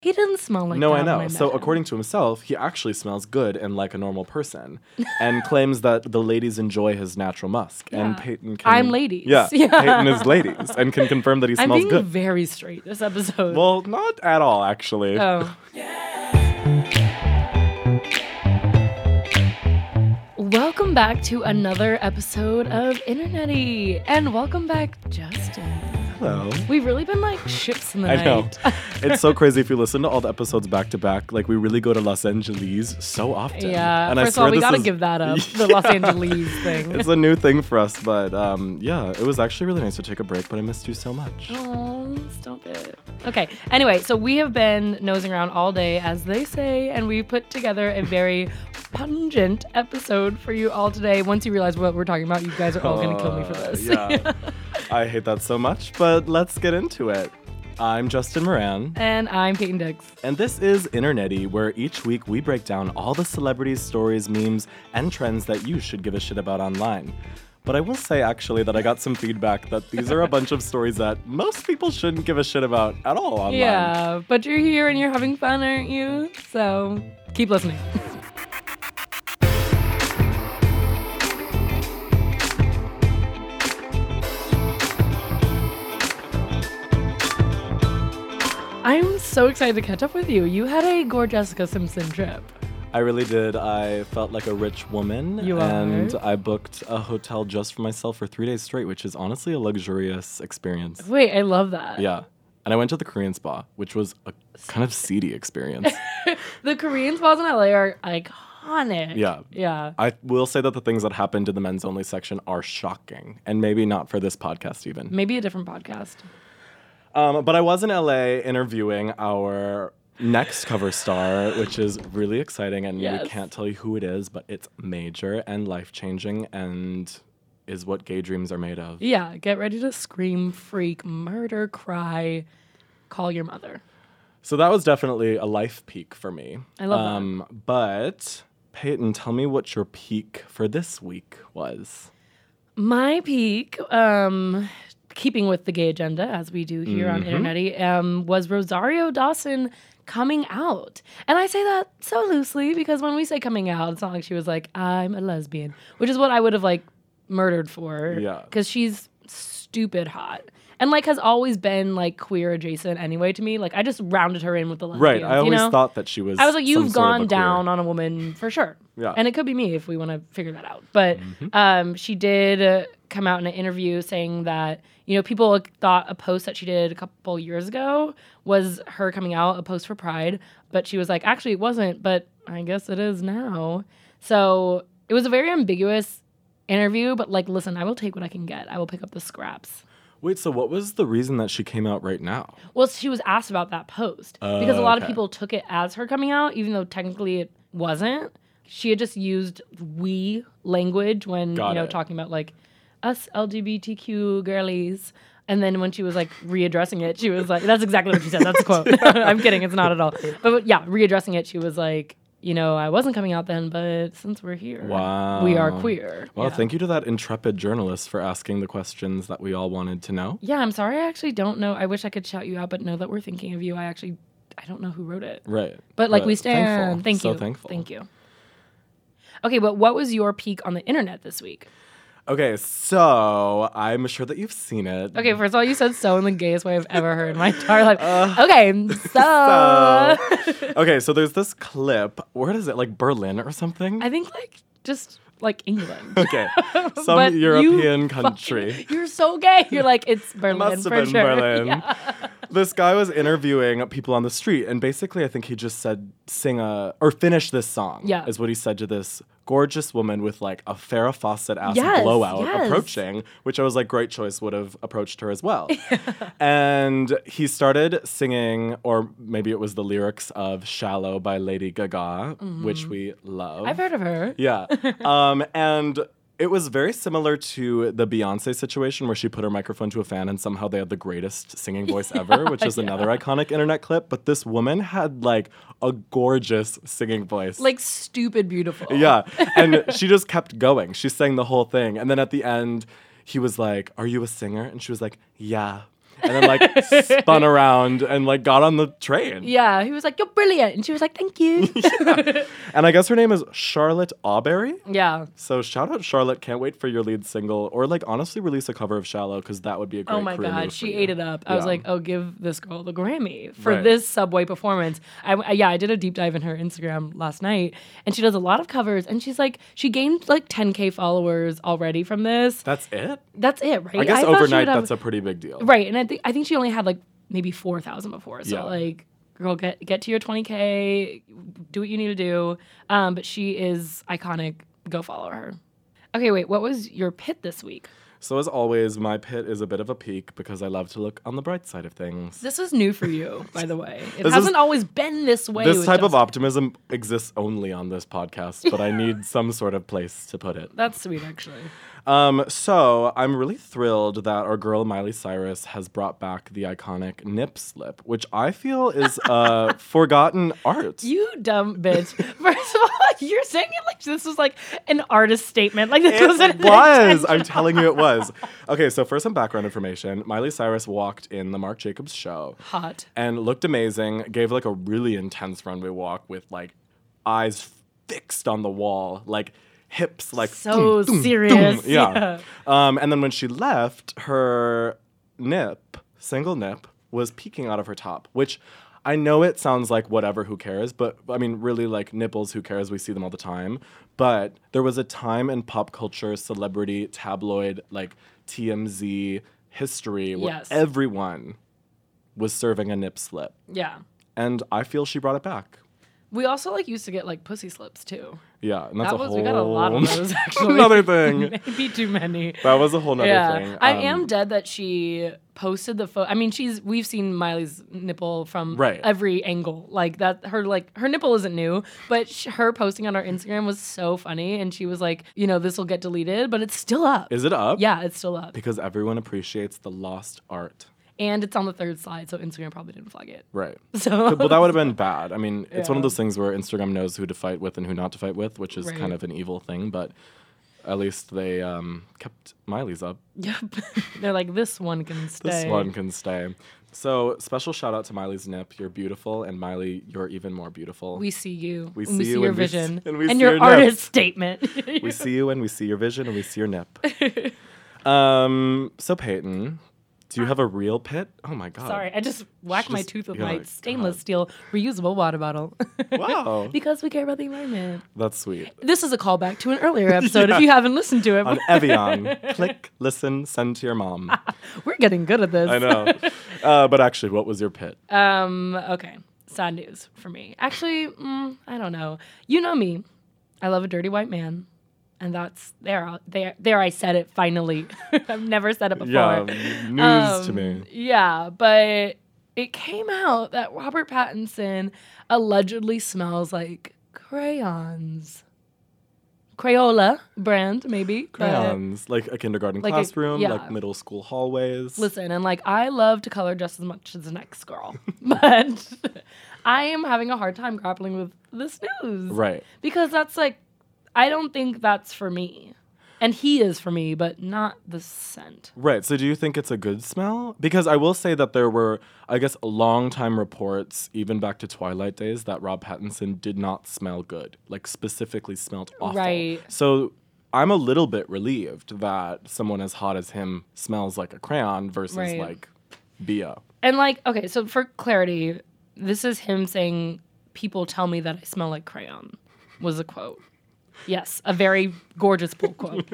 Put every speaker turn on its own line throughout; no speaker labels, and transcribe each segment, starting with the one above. He didn't smell like
no,
that.
I know.
when met
so,
him.
according to himself, he actually smells good and like a normal person, and claims that the ladies enjoy his natural musk. And
Yeah.
Peyton, can,
I'm ladies.
Yeah,
Yeah.
Peyton is ladies, and can confirm that he
I'm
smells
being
good.
very straight this episode.
well, not at all, actually.
Oh. Welcome back to another episode of Internety, and welcome back, Justin.
Hello.
We've really been like ships in the
I know.
night.
it's so crazy if you listen to all the episodes back to back. Like we really go to Los Angeles so often.
yeah.
And I
First of all,
swear
we
this
gotta
is-
give that up. The Los Angeles thing.
It's a new thing for us, but um, yeah, it was actually really nice to take a break. But I missed you so much.
Oh, stop it. Okay. Anyway, so we have been nosing around all day, as they say, and we put together a very pungent episode for you all today. Once you realize what we're talking about, you guys are all gonna kill me for
Uh,
this.
yeah, I hate that so much. But let's get into it. I'm Justin Moran.
and I'm Peyton Dix.
And this is Internetty, where each week we break down all the celebrities, stories, memes, and trends that you should give a shit about online. But I will say actually that I got some feedback that these are a bunch of stories that most people shouldn't give a shit about at all online.
Yeah, but you're here and you're having fun, aren't you? So keep listening. I'm so excited to catch up with you. You had a Gore Jessica Simpson trip.
I really did. I felt like a rich woman.
You are.
and I booked a hotel just for myself for three days straight, which is honestly a luxurious experience.
Wait, I love that.
Yeah. And I went to the Korean spa, which was a kind of seedy experience.
The Korean spas in LA are iconic.
Yeah.
Yeah.
I will say that the things that happened in the men's only section are shocking, and maybe not for this podcast even.
Maybe a different podcast.
Um, but I was in LA interviewing our next cover star, which is really exciting, and
Yes.
we can't tell you who it is, but it's major and life changing, and is what gay dreams are made of.
Yeah, get ready to scream, freak, murder, cry, call your mother.
So that was definitely a life peak for me.
I love that.
that. But Peyton, tell me what your peak for this week was.
My peak, um, keeping with the gay agenda as we do here
Mm-hmm.
on Internet, um, was Rosario Dawson coming out. And I say that so loosely because when we say coming out, it's not like she was like, I'm a lesbian, which is what I would have like murdered for.
Yeah.
Because she's stupid hot. And like has always been like queer adjacent anyway to me. Like I just rounded her in with the
Right.
lesbians.
I always
you know?
thought that she was.
I was like,
some
you've
sort of a
gone
queer.
down on a woman for sure.
Yeah.
And it could be me if we want to figure that out. But
Mm-hmm.
um, she did uh, come out in an interview saying that, you know, people thought a post that she did a couple years ago was her coming out, a post for Pride. But she was like, actually, it wasn't, but I guess it is now. So it was a very ambiguous interview. But like, listen, I will take what I can get, I will pick up the scraps.
Wait, so what was the reason that she came out right now?
Well, she was asked about that post because a lot of
Oh, okay.
people took it as her coming out, even though technically it wasn't. She had just used "we" language when
Got
you know
it.
talking about like us LGBTQ girlies, and then when she was like readdressing it, she was like, "That's exactly what she said." That's a quote. I'm kidding. It's not at all. But yeah, readdressing it, she was like, "You know, I wasn't coming out then, but since we're here,
Wow.
we are queer."
Well,
yeah.
thank you to that intrepid journalist for asking the questions that we all wanted to know.
Yeah, I'm sorry. I actually don't know. I wish I could shout you out, but know that we're thinking of you. I actually, I don't know who wrote it.
Right.
But like we
thankful.
stand. Thank
so
you.
thankful.
Thank you. Okay, but what was your peak on the internet this week?
Okay, so I'm sure that you've seen it.
Okay, first of all, you said so in the gayest way I've ever heard in my entire life. okay, so,
Uh, so- okay, so there's this clip. Where is it? Like Berlin or something?
I think like just like England.
okay. Some
But you
European
fucking-
country.
You're so gay. You're like it's Berlin
Must
for
have been
sure.
Berlin.
Yeah.
This guy was interviewing people on the street, and basically, I think he just said, "Sing a or finish this song."
Yeah.
is what he said to this gorgeous woman with like a Farrah Fawcett ass
Yes,
blowout
yes.
approaching, which I was like, "Great choice," would have approached her as well. and he started singing, or maybe it was the lyrics of "Shallow" by Lady Gaga, which we love.
Mm-hmm. I've heard of her.
Yeah. Um, and it was very similar to the Beyonce situation where she put her microphone to a fan and somehow they had the greatest singing voice ever, which is another iconic internet clip. But this woman had like a gorgeous singing voice.
Like stupid beautiful.
yeah. And she just kept going. She sang the whole thing. And then at the end, he was like, Are you a singer? And she was like, Yeah. and then like spun around and like got on the train.
Yeah, he was like, "You're brilliant," and she was like, "Thank you."
And I guess her name is Charlotte Auberry.
yeah.
So shout out Charlotte. Can't wait for your lead single, or like honestly release a cover of Shallow because that would be a great.
Oh my
career
God,
move
she
for
ate
you.
it up. I was
Yeah.
like, oh, give this girl the Grammy for
Right.
this subway performance. I, I- yeah, I did a deep dive in her Instagram last night, and she does a lot of covers. And she's like, she gained like 10k followers already from this.
That's it.
That's it, right?
I guess
thought she would
overnight
have-
that's a pretty big deal.
right, and I think I think she only had like maybe four thousand before. So
Yeah.
like, girl, get get to your 20k, do what you need to do. Um, but she is iconic. Go follow her. Okay, wait, what was your pit this week?
So as always, my pit is a bit of a peak because I love to look on the bright side of things.
This is new for you, by the way. It
This is-
hasn't always been this way.
This
with
type of
Justin.
optimism exists only on this podcast, but I need some sort of place to put it.
That's sweet, actually.
Um, so I'm really thrilled that our girl Miley Cyrus has brought back the iconic nip slip, which I feel is uh, forgotten art.
You dumb bitch. First of all, you're saying it like this was like an artist statement. Like this was
It was. I'm telling you, it was. Okay, so for some background information, Miley Cyrus walked in the Marc Jacobs show
hot.
and looked amazing. Gave like a really intense runway walk with like eyes fixed on the wall, like hips like
So serious.
yeah. Um, and then when she left, her nip, single nip, was peeking out of her top, which I know it sounds like whatever, who cares? But I mean, really, like nipples, who cares? We see them all the time. But there was a time in pop culture, celebrity, tabloid, like TMZ history where
Yes.
everyone was serving a nip slip.
Yeah.
And I feel she brought it back.
We also like used to get like pussy slips too.
Yeah, and that's
That
a
was
whole
we got a lot of those actually.
another thing.
Maybe too many.
That was a whole nother
yeah.
thing.
I
Um,
am dead that she posted the photo. I mean, she's we've seen Miley's nipple from
Right.
every angle. Like that, her like her nipple isn't new, but sh- her posting on our Instagram was so funny, and she was like, you know, this will get deleted, but it's still up.
Is it up?
yeah, it's still up,
Because everyone appreciates the lost art.
and it's on the third slide, so Instagram probably didn't flag it.
Right.
So
well, that would have been bad. I mean, it's one of
Yeah.
those things where Instagram knows who to fight with and who not to fight with, which is
Right.
kind of an evil thing, but at least they um, kept Miley's up.
yep, they're like this one can stay.
This one can stay. So, special shout out to Miley's Nip. You're beautiful, and Miley, you're even more beautiful.
We see you.
We
and
see
see
you
your
and we s-
vision
and we see
your,
your nip.
artist statement.
We see you, and we see your vision, and we see your nip. um, so, Peyton, do you have a real pit? Oh my God.
Sorry, I just whacked my
just-
tooth with
you're
my
like,
stainless steel reusable water bottle.
Wow.
because we care about the environment.
That's sweet.
This is a callback to an earlier episode. If you haven't listened to
On
it,
Evian, click, listen, send to your mom.
we're getting good at this.
I know. Uh, but actually, what was your pit?
Um, okay, sad news for me. Actually, mm, I don't know. You know me. I love a dirty white man. And that's there. There, there. I said it finally. I've never said it before.
Yeah, news to
Um,
me.
Yeah, but it came out that Robert Pattinson allegedly smells like crayons. Crayola brand, maybe. but-
Crayons, like a kindergarten
like a-
classroom,
yeah.
like middle school hallways.
Listen, and like I love to color just as much as the next girl, but I am having a hard time grappling with this news.
Right.
Because that's like, I don't think that's for me. And he is for me, but not the scent.
Right. So do you think it's a good smell? Because I will say that there were, I guess, long time reports, even back to Twilight days, that Rob Pattinson did not smell good, like specifically smelled awful.
Right.
So I'm a little bit relieved that someone as hot as him smells like a crayon versus
Right.
like Bia.
And like, okay, so for clarity, this is him saying, "People tell me that I smell like crayon," was a quote. Yes, a very gorgeous pool quote.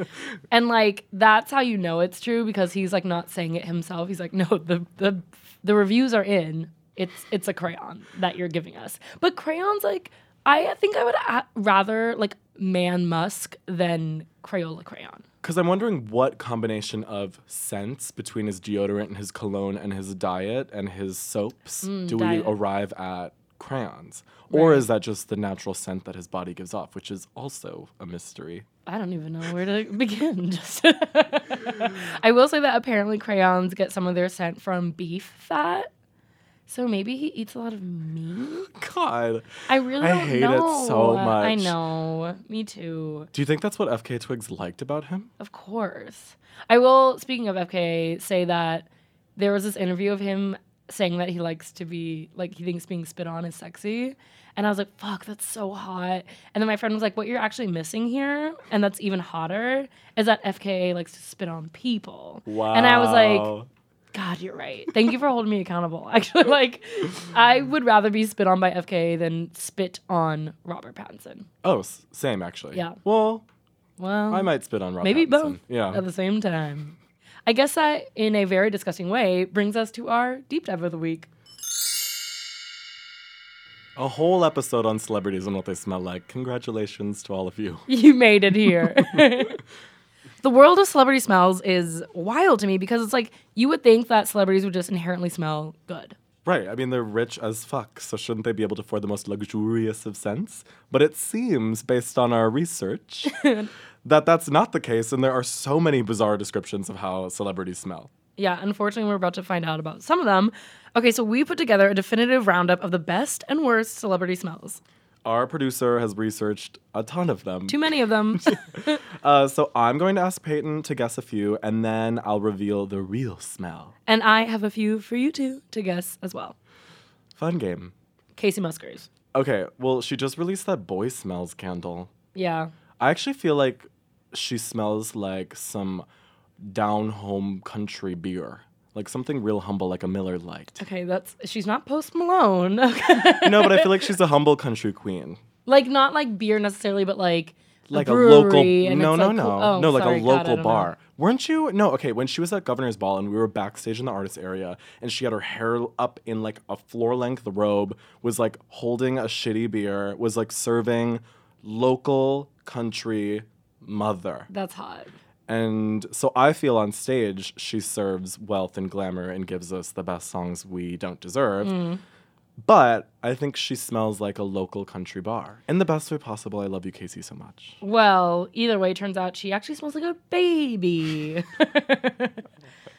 and like, that's how you know it's true because he's like not saying it himself. He's like, "No, the the the reviews are in. It's it's a crayon that you're giving us." But crayons, like, I think I would a- rather like man musk than Crayola crayon.
Because I'm wondering what combination of scents between his deodorant and his cologne and his diet and his soaps do
Mm, diet.
we arrive at crayons? Or
Right.
is that just the natural scent that his body gives off, which is also a mystery?
I don't even know where to begin. Just I will say that apparently crayons get some of their scent from beef fat. So maybe he eats a lot of meat.
God.
I really
I
don't
hate it
know.
so
I
much.
know. Me too.
Do you think that's what FK Twigs liked about him?
Of course. I will speaking of FK say that there was this interview of him saying that he likes to be like he thinks being spit on is sexy and i was like fuck that's so hot and then my friend was like what you're actually missing here and that's even hotter is that fka likes to spit on people
Wow.
and i was like god you're right thank you for holding me accountable actually like i would rather be spit on by fka than spit on robert pattinson
oh, s- same actually.
Yeah.
Well,
well
I might spit on Rob.
maybe
Pattinson.
both
Yeah.
at the same time i guess that in a very disgusting way brings us to our deep dive of the week
A whole episode on celebrities and what they smell like. Congratulations to all of you.
You made it here. the world of celebrity smells is wild to me because it's like you would think that celebrities would just inherently smell good.
Right. I mean, they're rich as fuck, so shouldn't they be able to afford the most luxurious of scents? But it seems, based on our research, that that's not the case, and there are so many bizarre descriptions of how celebrities smell.
Yeah, unfortunately, we're about to find out about some of them. Okay, so we put together a definitive roundup of the best and worst celebrity smells.
Our producer has researched a ton of them.
Too many of them.
Uh, so I'm going to ask Peyton to guess a few, and then I'll reveal the real smell.
and I have a few for you two to guess as well.
Fun game.
Casey Musgraves.
Okay, well, she just released that boy smells candle.
Yeah.
I actually feel like she smells like some down home country beer, like something real humble, like a Miller Lite.
Okay, that's she's not post Malone. Okay.
no, but I feel like she's a humble country queen.
like not like beer necessarily, but like
Like
a,
a local,
brewery and
no,
it's,
no,
like,
no,
cool- oh,
no, like
sorry,
a
God, I
local
don't know.
bar. Weren't you? No, okay. When she was at Governor's Ball and we were backstage in the artist area, and she had her hair up in like a floor length robe, was like holding a shitty beer, was like serving local country mother.
That's hot.
And so I feel on stage, she serves wealth and glamour and gives us the best songs we don't deserve.
Mm.
But I think she smells like a local country bar. In the best way possible, I love you, Casey, so much.
Well, either way, turns out she actually smells like a baby.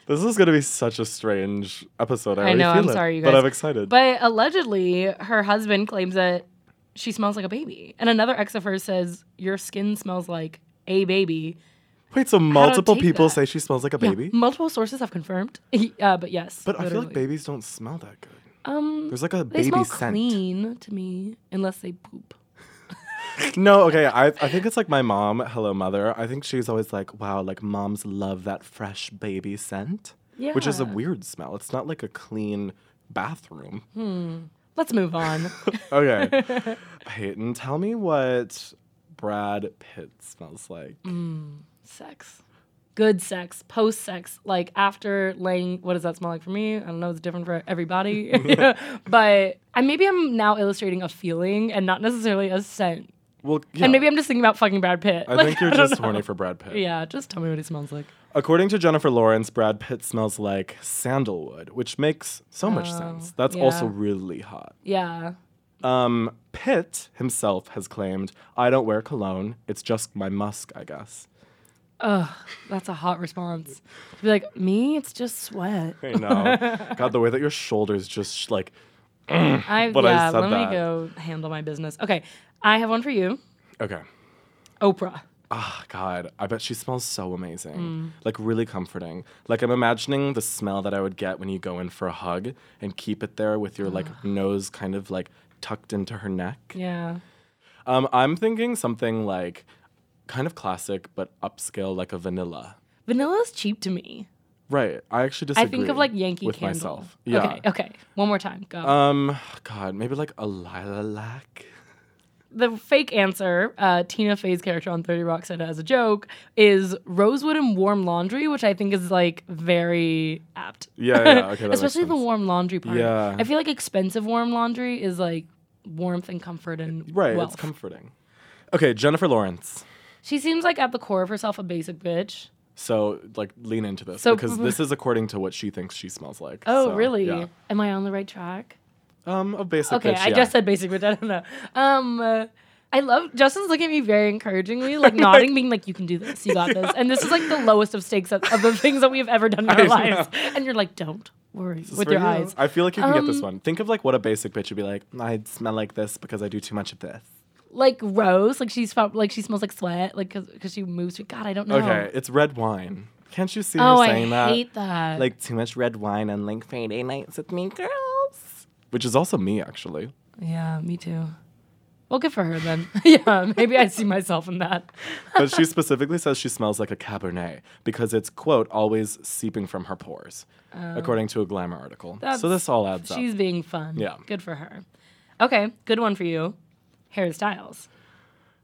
This is going to be such a strange episode. I, already
know, I'm
feel it,
sorry, you
But
guys.
I'm excited.
but allegedly, her husband claims that she smells like a baby. And another ex of hers says, Your skin smells like a baby.
Wait, so multiple
take
people
that?
say she smells like a
Yeah,
baby?
multiple sources have confirmed. uh, but yes.
But I feel like
literally.
babies don't smell that good.
Um,
There's like a
they
baby
smell
scent.
clean to me, unless they poop.
No, okay. I, I think it's like my mom, hello mother. I think she's always like, wow, like moms love that fresh baby scent. Which is a
Yeah.
weird smell. It's not like a clean bathroom.
Let's move on.
Okay. Peyton, tell me what Brad Pitt smells like.
Mm. sex. Good sex, post sex, like after laying. What does that smell like for me? I don't know. It's different for everybody. but I, maybe I'm now illustrating a feeling and not necessarily a scent.
Well, yeah.
And maybe I'm just thinking about fucking Brad Pitt.
I
Like,
think you're
don't
just
know.
horny for Brad Pitt.
Yeah, just tell me what it smells like.
According to Jennifer Lawrence, Brad Pitt smells like sandalwood, which makes so much sense. That's
Oh, yeah.
also really hot.
Yeah.
Um, Pitt himself has claimed, I don't wear cologne. It's just my musk, I guess.
Ugh, that's a hot response. To be like, me, it's just sweat.
I know. God, the way that your shoulders just sh- like.
I,
But I
yeah,
said
let
that.
me go handle my business. Okay, I have one for you
Okay.
Oprah.
Ah, God. I bet she smells so amazing.
Mm.
Like, really comforting. Like, I'm imagining the smell that I would get when you go in for a hug and keep it there with your, like, nose kind of, like, tucked into her neck.
Ah. Yeah.
Um, I'm thinking something like kind of classic, but upscale, like a vanilla.
Vanilla's cheap to me.
Right. I actually
I
disagree.
think of like Yankee
with
Candle.
myself. Yeah.
Okay. Okay. One more time. Go.
Um, God, maybe like a lilac.
the fake answer, uh, Tina Fey's character on Thirty Rock said it as a joke, is rosewood and warm laundry, which I think is like very apt.
Yeah, yeah. Okay, that
Especially
makes
the warm laundry part.
Yeah.
I feel like expensive warm laundry is like warmth and comfort and
Right.
wealth.
It's comforting. Okay, Jennifer Lawrence.
she seems like at the core of herself a basic bitch.
So like lean into this
So- mm-hmm.
because this is according to what she thinks she smells like.
Oh,
So,
really?
yeah.
Am I on the right track?
Um, a basic.
Okay,
bitch,
I
yeah.
just said basic, but I don't know. Um, uh, I love Justin's looking at me very encouragingly, like nodding, being like, "You can do this, you got this." And this is like the lowest of stakes of, of the things that we have ever done in our lives. And you're like, "Don't worry,"
This is
with
for
your
you.
eyes. Um,
I feel like you can get this one. Think of like what a basic bitch would be like. I smell like this because I do too much of this.
Like Rose, like she's felt, like she smells like sweat, like because she moves. to- God, I don't know.
Okay, it's red wine. Can't you see
Oh,
her
I
saying that?
hate that.
Like too much red wine and like Friday nights with me girls. Which is also me actually.
yeah, me too. Well, good for her then. yeah, maybe I see myself in that.
But she specifically says she smells like a Cabernet because it's quote always seeping from her pores, according to a Glamour article.
Oh. That's-
So this all adds
She's
up.
being fun.
Yeah.
Good for her. Okay, good one for you. Harry Styles.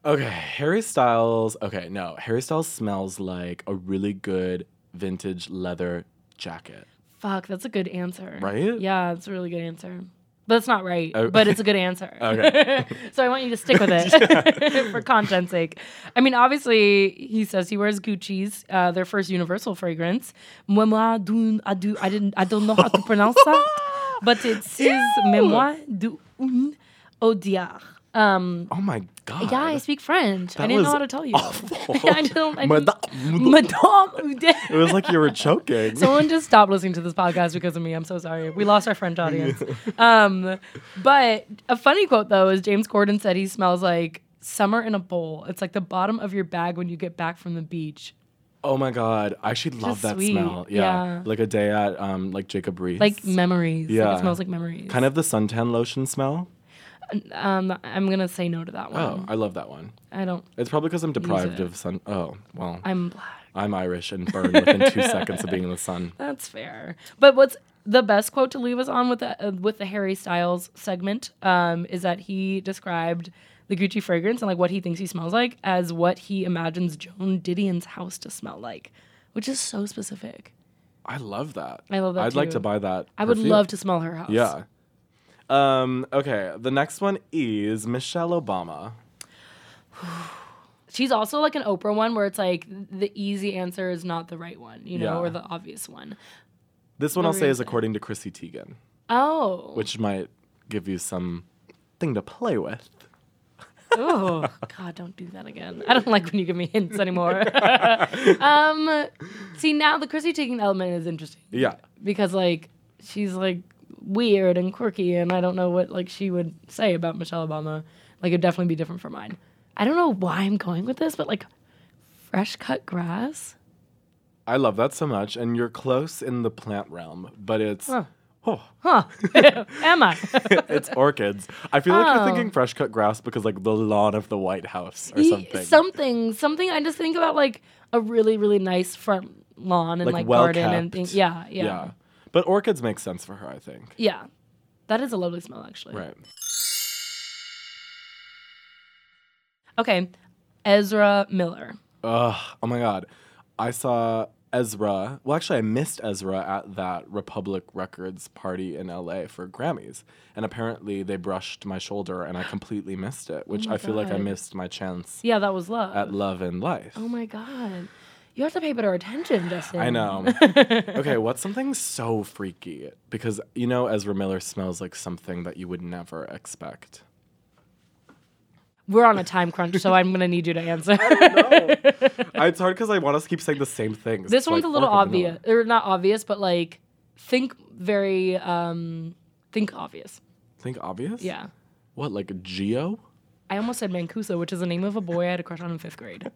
Okay, Harry Styles. Okay, no, Harry Styles smells like a really good vintage leather jacket.
Fuck, that's a good answer.
Right?
Yeah, it's a really good answer. But it's not right,
Oh.
but it's a good answer.
Okay.
so I want you to stick with it for content's sake. I mean, obviously, he says he wears Gucci's, uh, their first universal fragrance. Memoir d'un adieu. I didn't, I don't know how to pronounce that, but it's his
Ew.
Memoir d'un odiar. Um,
Oh my god.
yeah, I speak French. I
That
didn't know
was
how to tell you.
awful.
I don't. I
Madame-
didn't- Madame Ude-
It was like you were choking.
Someone just stopped listening to this podcast because of me. I'm so sorry. We lost our French audience. Um, but a funny quote though is James Corden said he smells like summer in a bowl. It's like the bottom of your bag when you get back from the beach.
oh my god, I should love that
sweet,
smell. Yeah.
yeah.
like a day at um like Jacob Reese.
Like memories. Like
Yeah.
it smells like memories.
kind of the suntan lotion smell.
um I'm gonna say no to that one.
Oh, I love that one.
I don't
It's probably because I'm deprived
it.
of sun. Oh well,
I'm black.
I'm Irish and burn within two seconds of being in the sun.
That's fair. But what's the best quote to leave us on with the uh, with the Harry Styles segment um, is that he described the Gucci fragrance and like what he thinks he smells like as what he imagines Joan Didion's house to smell like, which is so specific.
I love that.
I love that
I'd like
too.
to buy that.
I would
perfume.
love to smell her house.
Yeah. Um. Okay. The next one is Michelle Obama.
She's also like an Oprah one where it's like the easy answer is not the right one, you know,
Yeah.
or the obvious one.
This one
What
I'll
were
say
you
is
saying?
according to Chrissy Teigen,
Oh.
which might give you some thing to play with.
oh god don't do that again i don't like when you give me hints anymore um see now the chrissy taking element is interesting
Yeah.
because like she's like weird and quirky and i don't know what like she would say about michelle obama like it'd definitely be different from mine i don't know why i'm going with this but like fresh cut grass
I love that so much, and you're close in the plant realm, but it's
Huh.
oh,
huh am i
it's orchids. I feel like
Oh.
you're thinking fresh cut grass because like the lawn of the White House or
Ye-
something.
something something i just think about like a really really nice front lawn and like,
Like, well
garden and
kept.
things yeah yeah yeah,
yeah, but orchids make sense for her, I think.
That is a lovely smell, actually.
Right.
Okay. Ezra Miller.
Ugh, oh my God. I saw Ezra. Well, actually, I missed Ezra at that Republic Records party in LA for Grammys. And apparently, they brushed my shoulder and I completely missed it, which
Oh my
I feel like I
God.
missed my chance
Yeah, that was love.
at love and life.
oh my god. You have to pay better attention, Justin.
I know. okay, what's something so freaky? Because you know, Ezra Miller smells like something that you would never expect.
We're on a time crunch, so I'm gonna need you to answer.
I- it's hard because I want us to keep saying the same things.
this
It's
one's
like
a little
orchid vanilla.
obvious. Or not obvious, but like think very um think obvious.
Think obvious?
Yeah.
What, like Geo?
I almost said Mancuso, which is the name of a boy I had a crush on in fifth grade.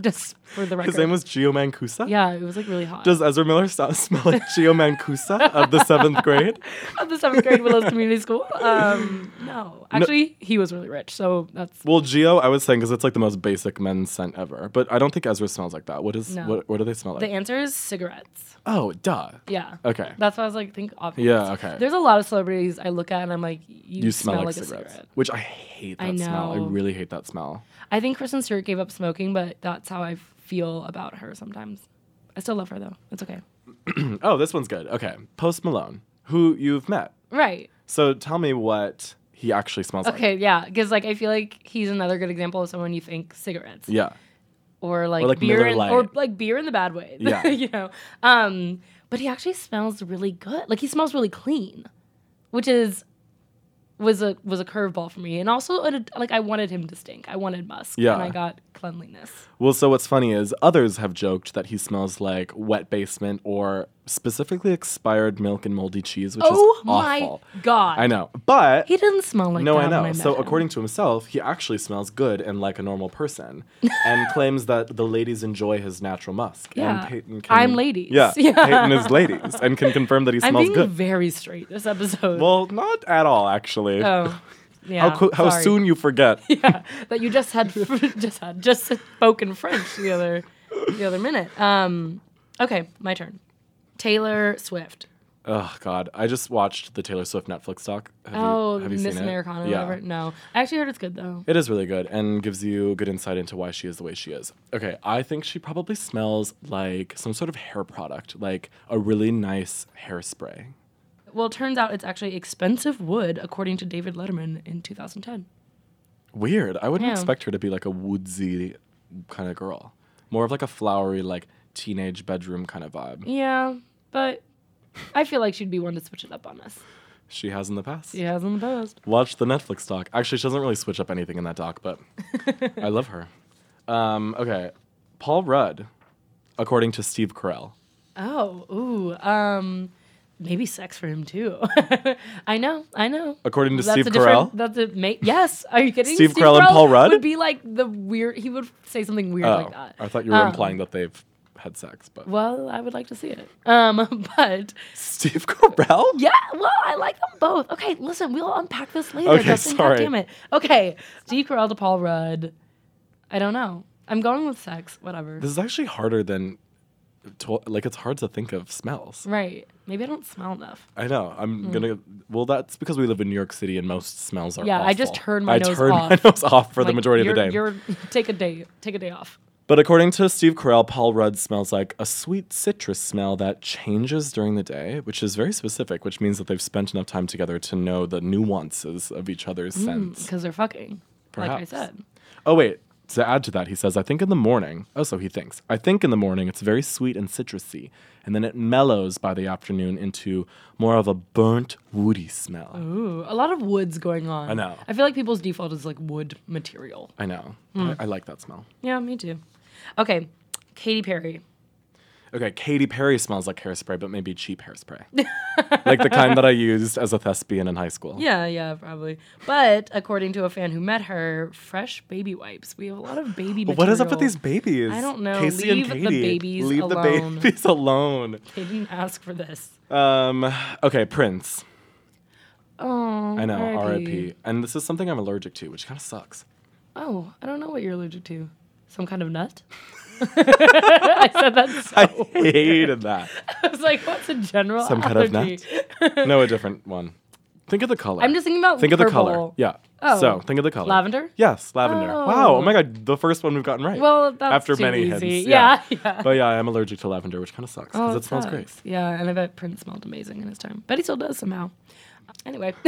Just for the record.
His name was Geo Mancusa?
yeah, it was like really hot.
Does Ezra Miller st- smell like Gio Mancusa of the seventh grade?
Of the seventh grade Willows Community School. Um, no, actually, he was really rich, so that's
Well, Gio, I was saying because it's like the most basic men's scent ever, but I don't think Ezra smells like that. What is
No.
what? What do they smell like?
the answer is cigarettes.
oh, duh.
Yeah.
Okay.
That's why I was like, think obvious.
Yeah, okay.
There's a lot of celebrities I look at and I'm like, you,
you smell, like,
a
cigarettes,
cigarette.
which I hate that
I
smell. I
know.
really hate that smell.
I think Kristen Stewart gave up smoking, but that's how I feel about her sometimes. I still love her though. It's okay.
Oh, this one's good. Okay, Post Malone, who you've met.
Right.
So tell me what he actually smells like.
Okay. Yeah. Because like I feel like he's another good example of someone you think cigarettes
Yeah.
or like,
Or, like,
beer
Miller
in,
Lite.
or like beer in the bad way.
Yeah.
you know. Um, but he actually smells really good. Like he smells really clean, which is was a was a curveball for me. And also a, like I wanted him to stink. I wanted musk.
Yeah.
And I got cleanliness.
Well, so what's funny is others have joked that he smells like wet basement or specifically expired milk and moldy cheese, which
oh
is
my
awful.
God.
I know, but
He doesn't smell like
no,
that.
I know.
when met
so
him.
according to himself, he actually smells good and like a normal person, and claims that the ladies enjoy his natural musk.
Yeah.
and Peyton can,
I'm ladies.
Yeah,
Yeah.
Peyton is ladies and can confirm that he
I'm
smells
being
good.
very straight this episode.
well, not at all, actually.
oh, yeah.
how co- how
sorry.
soon you forget?
yeah, that you just had just had just spoken French the other the other minute. Um, okay, my turn. Taylor Swift.
oh God, I just watched the Taylor Swift Netflix doc. Have
Oh,
have
Miss
seen it?
Americana. or
Yeah.
Whatever. No, I actually heard it's good though.
It is really good and gives you good insight into why she is the way she is. Okay, I think she probably smells like some sort of hair product, like a really nice hairspray.
Well, it turns out it's actually expensive wood, according to David Letterman in 2010.
Weird. I wouldn't
Yeah.
expect her to be like a woodsy kind of girl. More of like a flowery, like teenage bedroom kind of vibe.
Yeah, but I feel like she'd be one to switch it up on us.
She has in the past.
She has in the post.
Watch the Netflix doc. Actually, she doesn't really switch up anything in that doc, but I love her. Um, okay, Paul Rudd, according to Steve Carell.
Oh, ooh, um, maybe sex for him too. I know, I know.
According to
That's
Steve
a different-
Carell?
That's a ma- yes. Are you kidding?
Steve Carell and Paul Rudd?
would be like the weird. He would say something weird like that.
Oh, I thought you were
Um,
implying that they've had sex, but
Well, I would like to see it. Um, but
Steve Carell?
yeah. Well, I like them both. Okay, listen, we'll unpack this later.
Okay,
Justin,
sorry.
God damn it. Okay, Steve Carell to Paul Rudd. I don't know. I'm going with sex. Whatever.
This is actually harder than, to- like, it's hard to think of smells.
right. Maybe I don't smell enough.
I know.
Mm.
I'm gonna. Well, that's because we live in New York City and most smells are.
Yeah, I just
awful.
turned my
I
nose
turned my
off.
nose off for the
Like,
majority of the
you're-
day.
You're take a day. Take a day off.
But according to Steve Carell, Paul Rudd smells like a sweet citrus smell that changes during the day, which is very specific, which means that they've spent enough time together to know the nuances of each other's
Mm,
scents.
Because they're fucking. Like I
Perhaps.
said.
Oh, wait. To add to that, he says, I think in the morning, oh, so he thinks, I think in the morning it's very sweet and citrusy, and then it mellows by the afternoon into more of a burnt, woody smell.
Ooh, a lot of wood's going on. I
know.
I feel like people's default is like wood material.
I know.
Hmm.
I, I like that smell.
Yeah, me too. Okay, Katy Perry.
Okay, Katy Perry smells like hairspray, but maybe cheap hairspray. like the kind that I used as a thespian in high school.
Yeah, yeah, probably. But according to a fan who met her, fresh baby wipes. We have a lot of baby material.
What is up with these babies?
I don't know.
Casey and
Leave the
Katie.
babies
Leave
alone.
the babies alone.
They didn't ask for this.
Um, okay, Prince.
Oh,
I know, R.I.P. And this is something I'm allergic to, which kind of sucks.
Oh, I don't know what you're allergic to. Some kind of nut? I said that. So,
I hated that.
I was like, what's a general
Some kind
allergy?
of No, a different one. Think of the color.
I'm just thinking about
Think of the color.
purple.
Yeah.
Oh.
So think of the color.
Lavender?
Yes, lavender. Wow.
Oh.
Oh my god, the first one we've gotten right.
Well, that's
after
too
many
easy.
hints.
Yeah, yeah.
But yeah, I am allergic to lavender, which kind of sucks because
Oh,
it, smells great.
sucks. Yeah, and I bet Prince smelled amazing in his time. But he still does somehow. Anyway,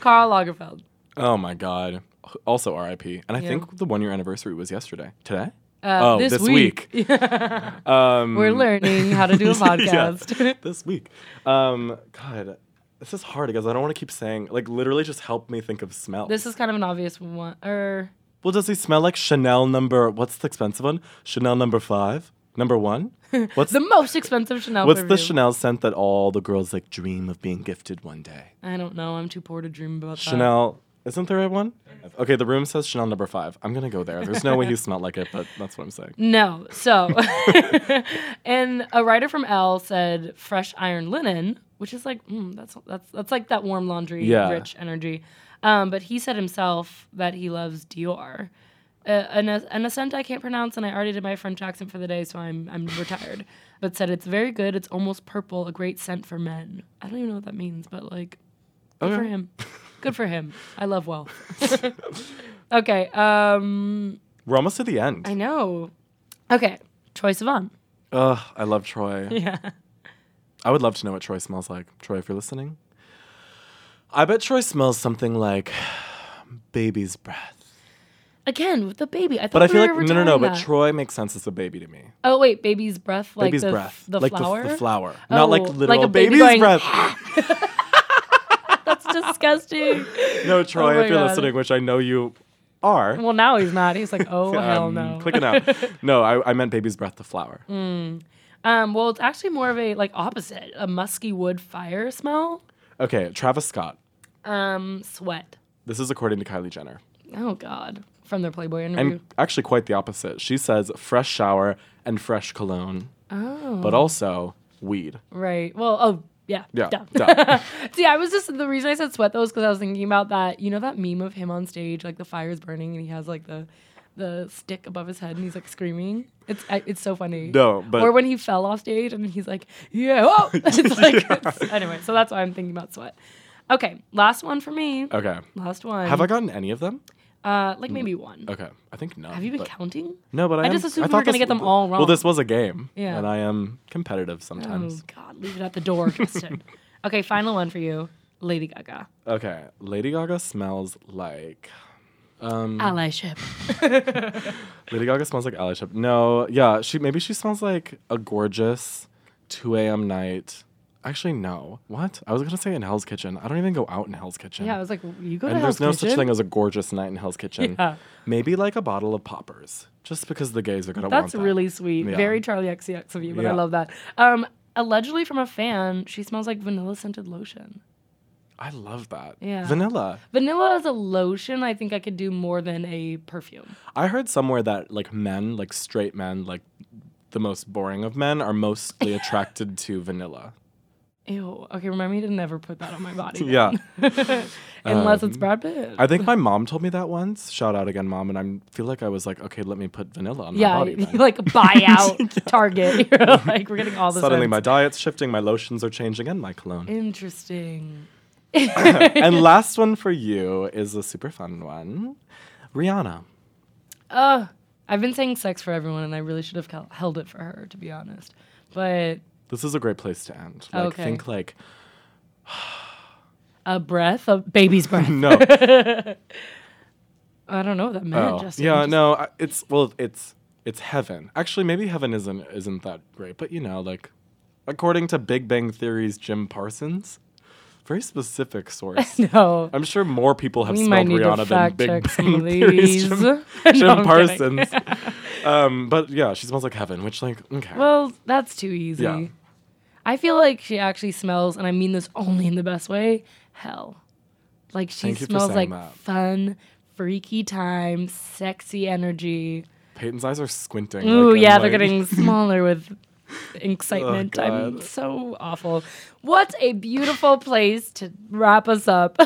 Karl Lagerfeld.
Oh my god. Also R.I.P. And I
Yeah.
think the one year anniversary was yesterday. Today?
Uh,
oh,
this
this,
week.
week. um,
We're learning how to do a
Yeah,
podcast.
this week. Um, God, this is hard because I don't want to keep saying like literally just help me think of smell.
This is kind of an obvious one. Or
well, does he smell like Chanel number? What's the expensive one? Chanel number five, number one. What's
the most expensive Chanel.
what's the
perfume.
Chanel scent that all the girls like dream of being gifted one day?
I don't know. I'm too poor to dream about that.
Chanel. Isn't there a one? Okay, the room says Chanel number five. I'm gonna go there. There's no way he smelled like it, but that's what I'm saying.
No. So, and a writer from Elle said fresh iron linen, which is like mm, that's that's that's like that warm laundry,
Yeah.
rich energy. Um, but he said himself that he loves Dior. Uh, an, an ascent I can't pronounce, and I already did my French accent for the day, so I'm I'm retired. But said it's very good. It's almost purple. A great scent for men. I don't even know what that means, but like, good for
Okay.
him. Good for him. I love wealth. okay. Um,
We're almost to the end.
I know. Okay, Troy Sivan.
Ugh, I love Troy.
Yeah.
I would love to know what Troy smells like. Troy, if you're listening, I bet Troy smells something like baby's breath.
Again with the baby. I thought
But I
we
feel
were
like no, no, no.
retiring
But
that.
Troy makes sense as a baby to me.
Oh wait, baby's breath. Like
baby's
the,
breath,
The
like
flower.
the, the flower, not like
Oh, like
literal
a baby going,
baby's breath.
That's disgusting.
No, Troy,
Oh my
if you're
God.
listening, which I know you are.
well, now he's not. He's like, oh hell
um,
no. Mm.
Clicking out. No, I, I meant baby's breath, the flower.
Um, well, it's actually more of a like opposite, a musky wood fire smell.
Okay, Travis Scott.
Um, sweat.
This is according to Kylie Jenner.
Oh God, from their Playboy
And
interview.
actually, quite the opposite. She says fresh shower and fresh cologne,
oh,
but also weed.
right. Well, oh yeah,
Yeah.
duh.
duh.
See, I was just the reason I said sweat though is because I was thinking about that. You know that meme of him on stage, like the fire's burning, and he has like the the stick above his head, and he's like screaming. It's I, it's so funny.
No, but-
or when he fell off stage, and he's like, yeah. Oh! It's like it's- anyway. So that's why I'm thinking about sweat. Okay, last one for me.
okay.
Last one.
Uh, Have I gotten any of them?
Uh, like maybe one.
Okay, I think none.
Have you been
but-
counting?
No, but I,
I just
am-
assumed we
thought
were gonna
this-
get them all
Well,
wrong.
this was a game,
Yeah.
and I am competitive
Oh
sometimes.
God, leave it at the door, Kristen. okay, final one for you, Lady Gaga.
Okay, Lady Gaga smells like Um,
Allyship.
Lady Gaga smells like allyship. No, yeah, she maybe she smells like a gorgeous 2 a.m. night. Actually, no. What? I was gonna say in Hell's Kitchen. I don't even go out in Hell's Kitchen.
Yeah, I was like, you go to
and
Hell's
there's no
Kitchen?
such thing as a gorgeous night in Hell's Kitchen.
Yeah.
Maybe like a bottle of poppers, just because the gays are gonna want
That's
that.
really sweet.
Yeah.
Very Charlie XCX of you, but I
Yeah.
love that. Um, allegedly from a fan, she smells like vanilla scented lotion.
I love that.
Yeah.
Vanilla.
Vanilla as a lotion, I think I could do more than a perfume.
I heard somewhere that like men, like straight men, like the most boring of men, are mostly attracted to vanilla.
Ew. Okay, remind me to never put that on my body.
Yeah. um,
Unless it's Brad Pitt.
I think my mom told me that once. Shout out again, mom. And I feel like I was like, okay, let me put vanilla on
yeah,
my body.
you,
Then.
like buy out Target. You're like, we're getting all this.
Suddenly, my diet's shifting, my lotions are changing, and my cologne.
Interesting.
and last one for you is a super fun one Rihanna.
Uh, I've been saying sex for everyone, and I really should have hel- held it for her, to be honest. But
This is a great place to end. Like,
Oh, Okay.
think like,
a breath, a baby's breath.
no.
I don't know what that meant.
oh,
Justin.
yeah,
Just-
no, I- it's, well, it's, it's heaven. Actually, maybe heaven isn't, isn't that great, but you know, like, according to Big Bang Theory's Jim Parsons, very specific source.
No.
I'm sure more people have
We might
smelled
need to
Rihanna than
fact
Big
check
Bang
some of these.
Theory's Jim,
No,
Jim
I'm kidding.
Parsons. um, but yeah, she smells like heaven, which like okay.
Well, that's too easy.
Yeah.
I feel like she actually smells, and I mean this only in the best way, hell. Like she
Thank you for
smells like
saying that.
fun, freaky time, sexy energy.
Peyton's eyes are squinting.
Ooh,
like,
yeah,
I'm
they're
like-
getting smaller with excitement. I'm
Oh, God.
so awful. What a beautiful place to wrap us up.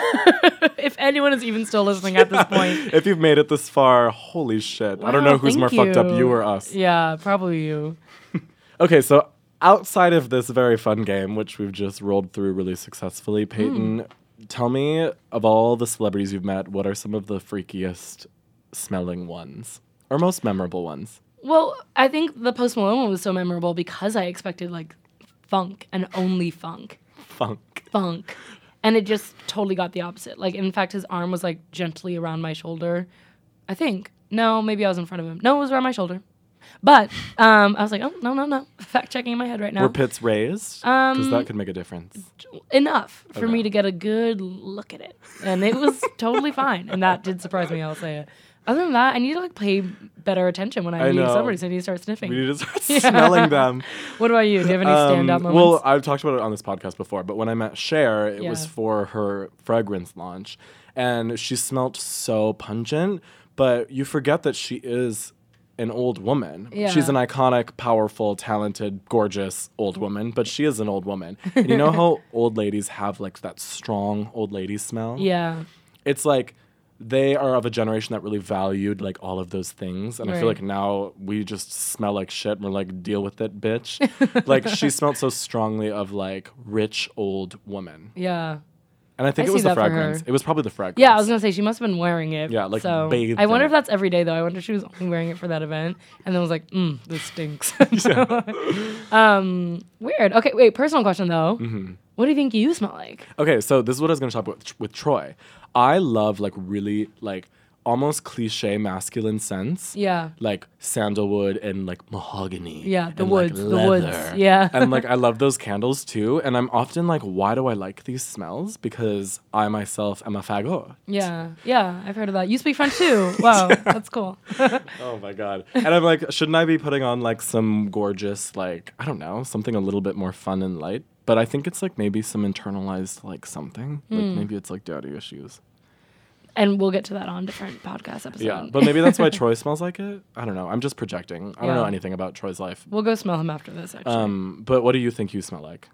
if anyone is even still listening at this point.
If you've made it this far, holy shit. I don't
Wow,
know who's more
thank
fucked up, you or us.
Yeah, probably you.
Okay, so outside of this very fun game, which we've just rolled through really successfully,
Hmm.
Peyton, tell me of all the celebrities you've met, what are some of the freakiest smelling ones? Or most memorable ones?
Well, I think the Post Malone one was so memorable because I expected like funk and only funk,
Funk.
funk, and it just totally got the opposite. Like, in fact, his arm was like gently around my shoulder. I think no, maybe I was in front of him. No, it was around my shoulder. But um, I was like, oh no, no, no. Fact checking in my head right now.
Were pits raised? Because
Um,
that could make a difference.
enough for
Okay.
me to get a good look at it. And it was totally fine. And that did surprise me, I'll say it. Other than that, I need to like pay better attention when I,
I
meet
know.
celebrities. I need to start sniffing.
We need to start smelling them.
what about you? Do you have any stand up
Um,
moments?
well, I've talked about it on this podcast before, but when I met Cher, it was
Yeah.
for her fragrance launch, and she smelt so pungent. But you forget that she is an old woman. She's
Yeah.
an iconic, powerful, talented, gorgeous old woman, but she is an old woman. And you know how old ladies have like that strong old lady smell?
yeah.
it's like they are of a generation that really valued like all of those things and i feel
Right.
like now we just smell like shit and we're like deal with it bitch like she smelled so strongly of like rich old woman
Yeah.
and i think
I
it was
see that
the
for
fragrance
her.
it was probably the fragrance
Yeah, I was gonna say she must have been wearing it.
Yeah, like,
so.
bathed
I wonder
in
if
it.
that's every day though. I wonder if she was only wearing it for that event and then was like, mm, this stinks. um, weird. Okay, wait. Personal question though.
Mm-hmm.
What do you think you smell like?
okay so this is what i was going to talk about with, with troy i love like really like almost cliche masculine sense.
Yeah.
Like sandalwood and like mahogany.
Yeah, the
and, like,
woods, the woods,
leather.
yeah.
and like I love those candles too. And I'm often like, why do I like these smells? Because I myself am a fagot.
Yeah, yeah, I've heard of that. You speak French too. Wow, that's cool.
Oh my god. And I'm like, shouldn't I be putting on like some gorgeous, like, I don't know, something a little bit more fun and light? But I think it's like maybe some internalized like something.
Hmm.
Like maybe it's like daddy issues.
and we'll get to that on different podcast episodes.
Yeah. But maybe that's why Troy smells like it. I don't know. I'm just projecting. I don't know
Yeah.
anything about Troy's life.
we'll go smell him after this. Actually,
Um, but what do you think you smell like?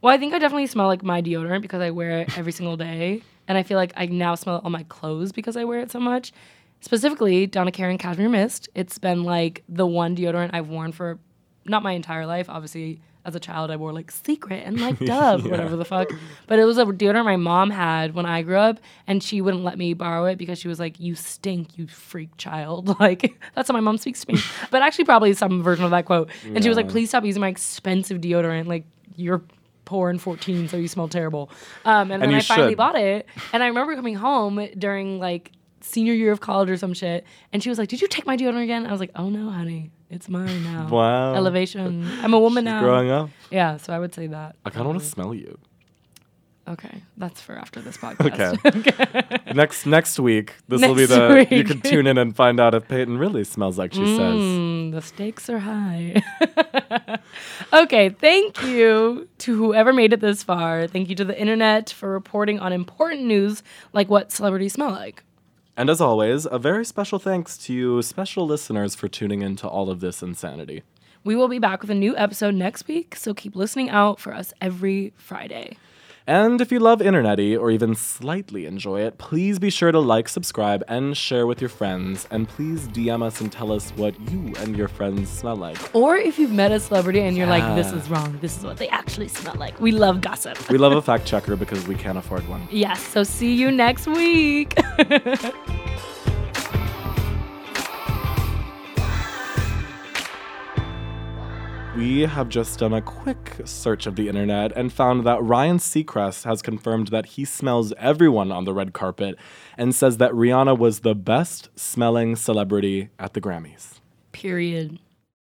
well, I think I definitely smell like my deodorant because I wear it every single day, and I feel like I now smell all my clothes because I wear it so much. Specifically, Donna Karen Cashmere Mist. It's been like the one deodorant I've worn for not my entire life. Obviously, as a child, I wore like Secret and like Dove, whatever the fuck. But it was a deodorant my mom had when I grew up, and she wouldn't let me borrow it because she was like, "You stink, you freak child." Like that's how my mom speaks to me. but actually, probably some version of that quote. And she was like, "Please stop using my expensive deodorant. Like you're." Poor and 14, so you smell terrible. Um, and
And
then
you
I finally
should.
bought it. And I remember coming home during like senior year of college or some shit. And she was like, Did you take my deodorant again? I was like, Oh no, honey. It's mine now.
Wow.
Elevation. I'm a woman now.
Growing up.
Yeah, so I would say that.
I kinda wanna smell you.
Okay, that's for after this podcast.
Okay. next next week, this will be
Next
the you
week.
can tune in and find out if Peyton really smells like she says.
Mm, the stakes are high. okay, thank you to whoever made it this far. Thank you to the internet for reporting on important news like what celebrities smell like.
And as always, a very special thanks to you special listeners for tuning in to all of this insanity.
We will be back with a new episode next week, so keep listening out for us every Friday.
And if you love internety or even slightly enjoy it, please be sure to like, subscribe, and share with your friends. And please DM us and tell us what you and your friends smell like.
Or if you've met a celebrity and you're like, this
Yeah.
is wrong, this is what they actually smell like. We love gossip.
We love a fact checker because we can't afford one.
Yes, so see you next week.
We have just done a quick search of the internet and found that Ryan Seacrest has confirmed that he smells everyone on the red carpet and says that Rihanna was the best smelling celebrity at the Grammys.
Period.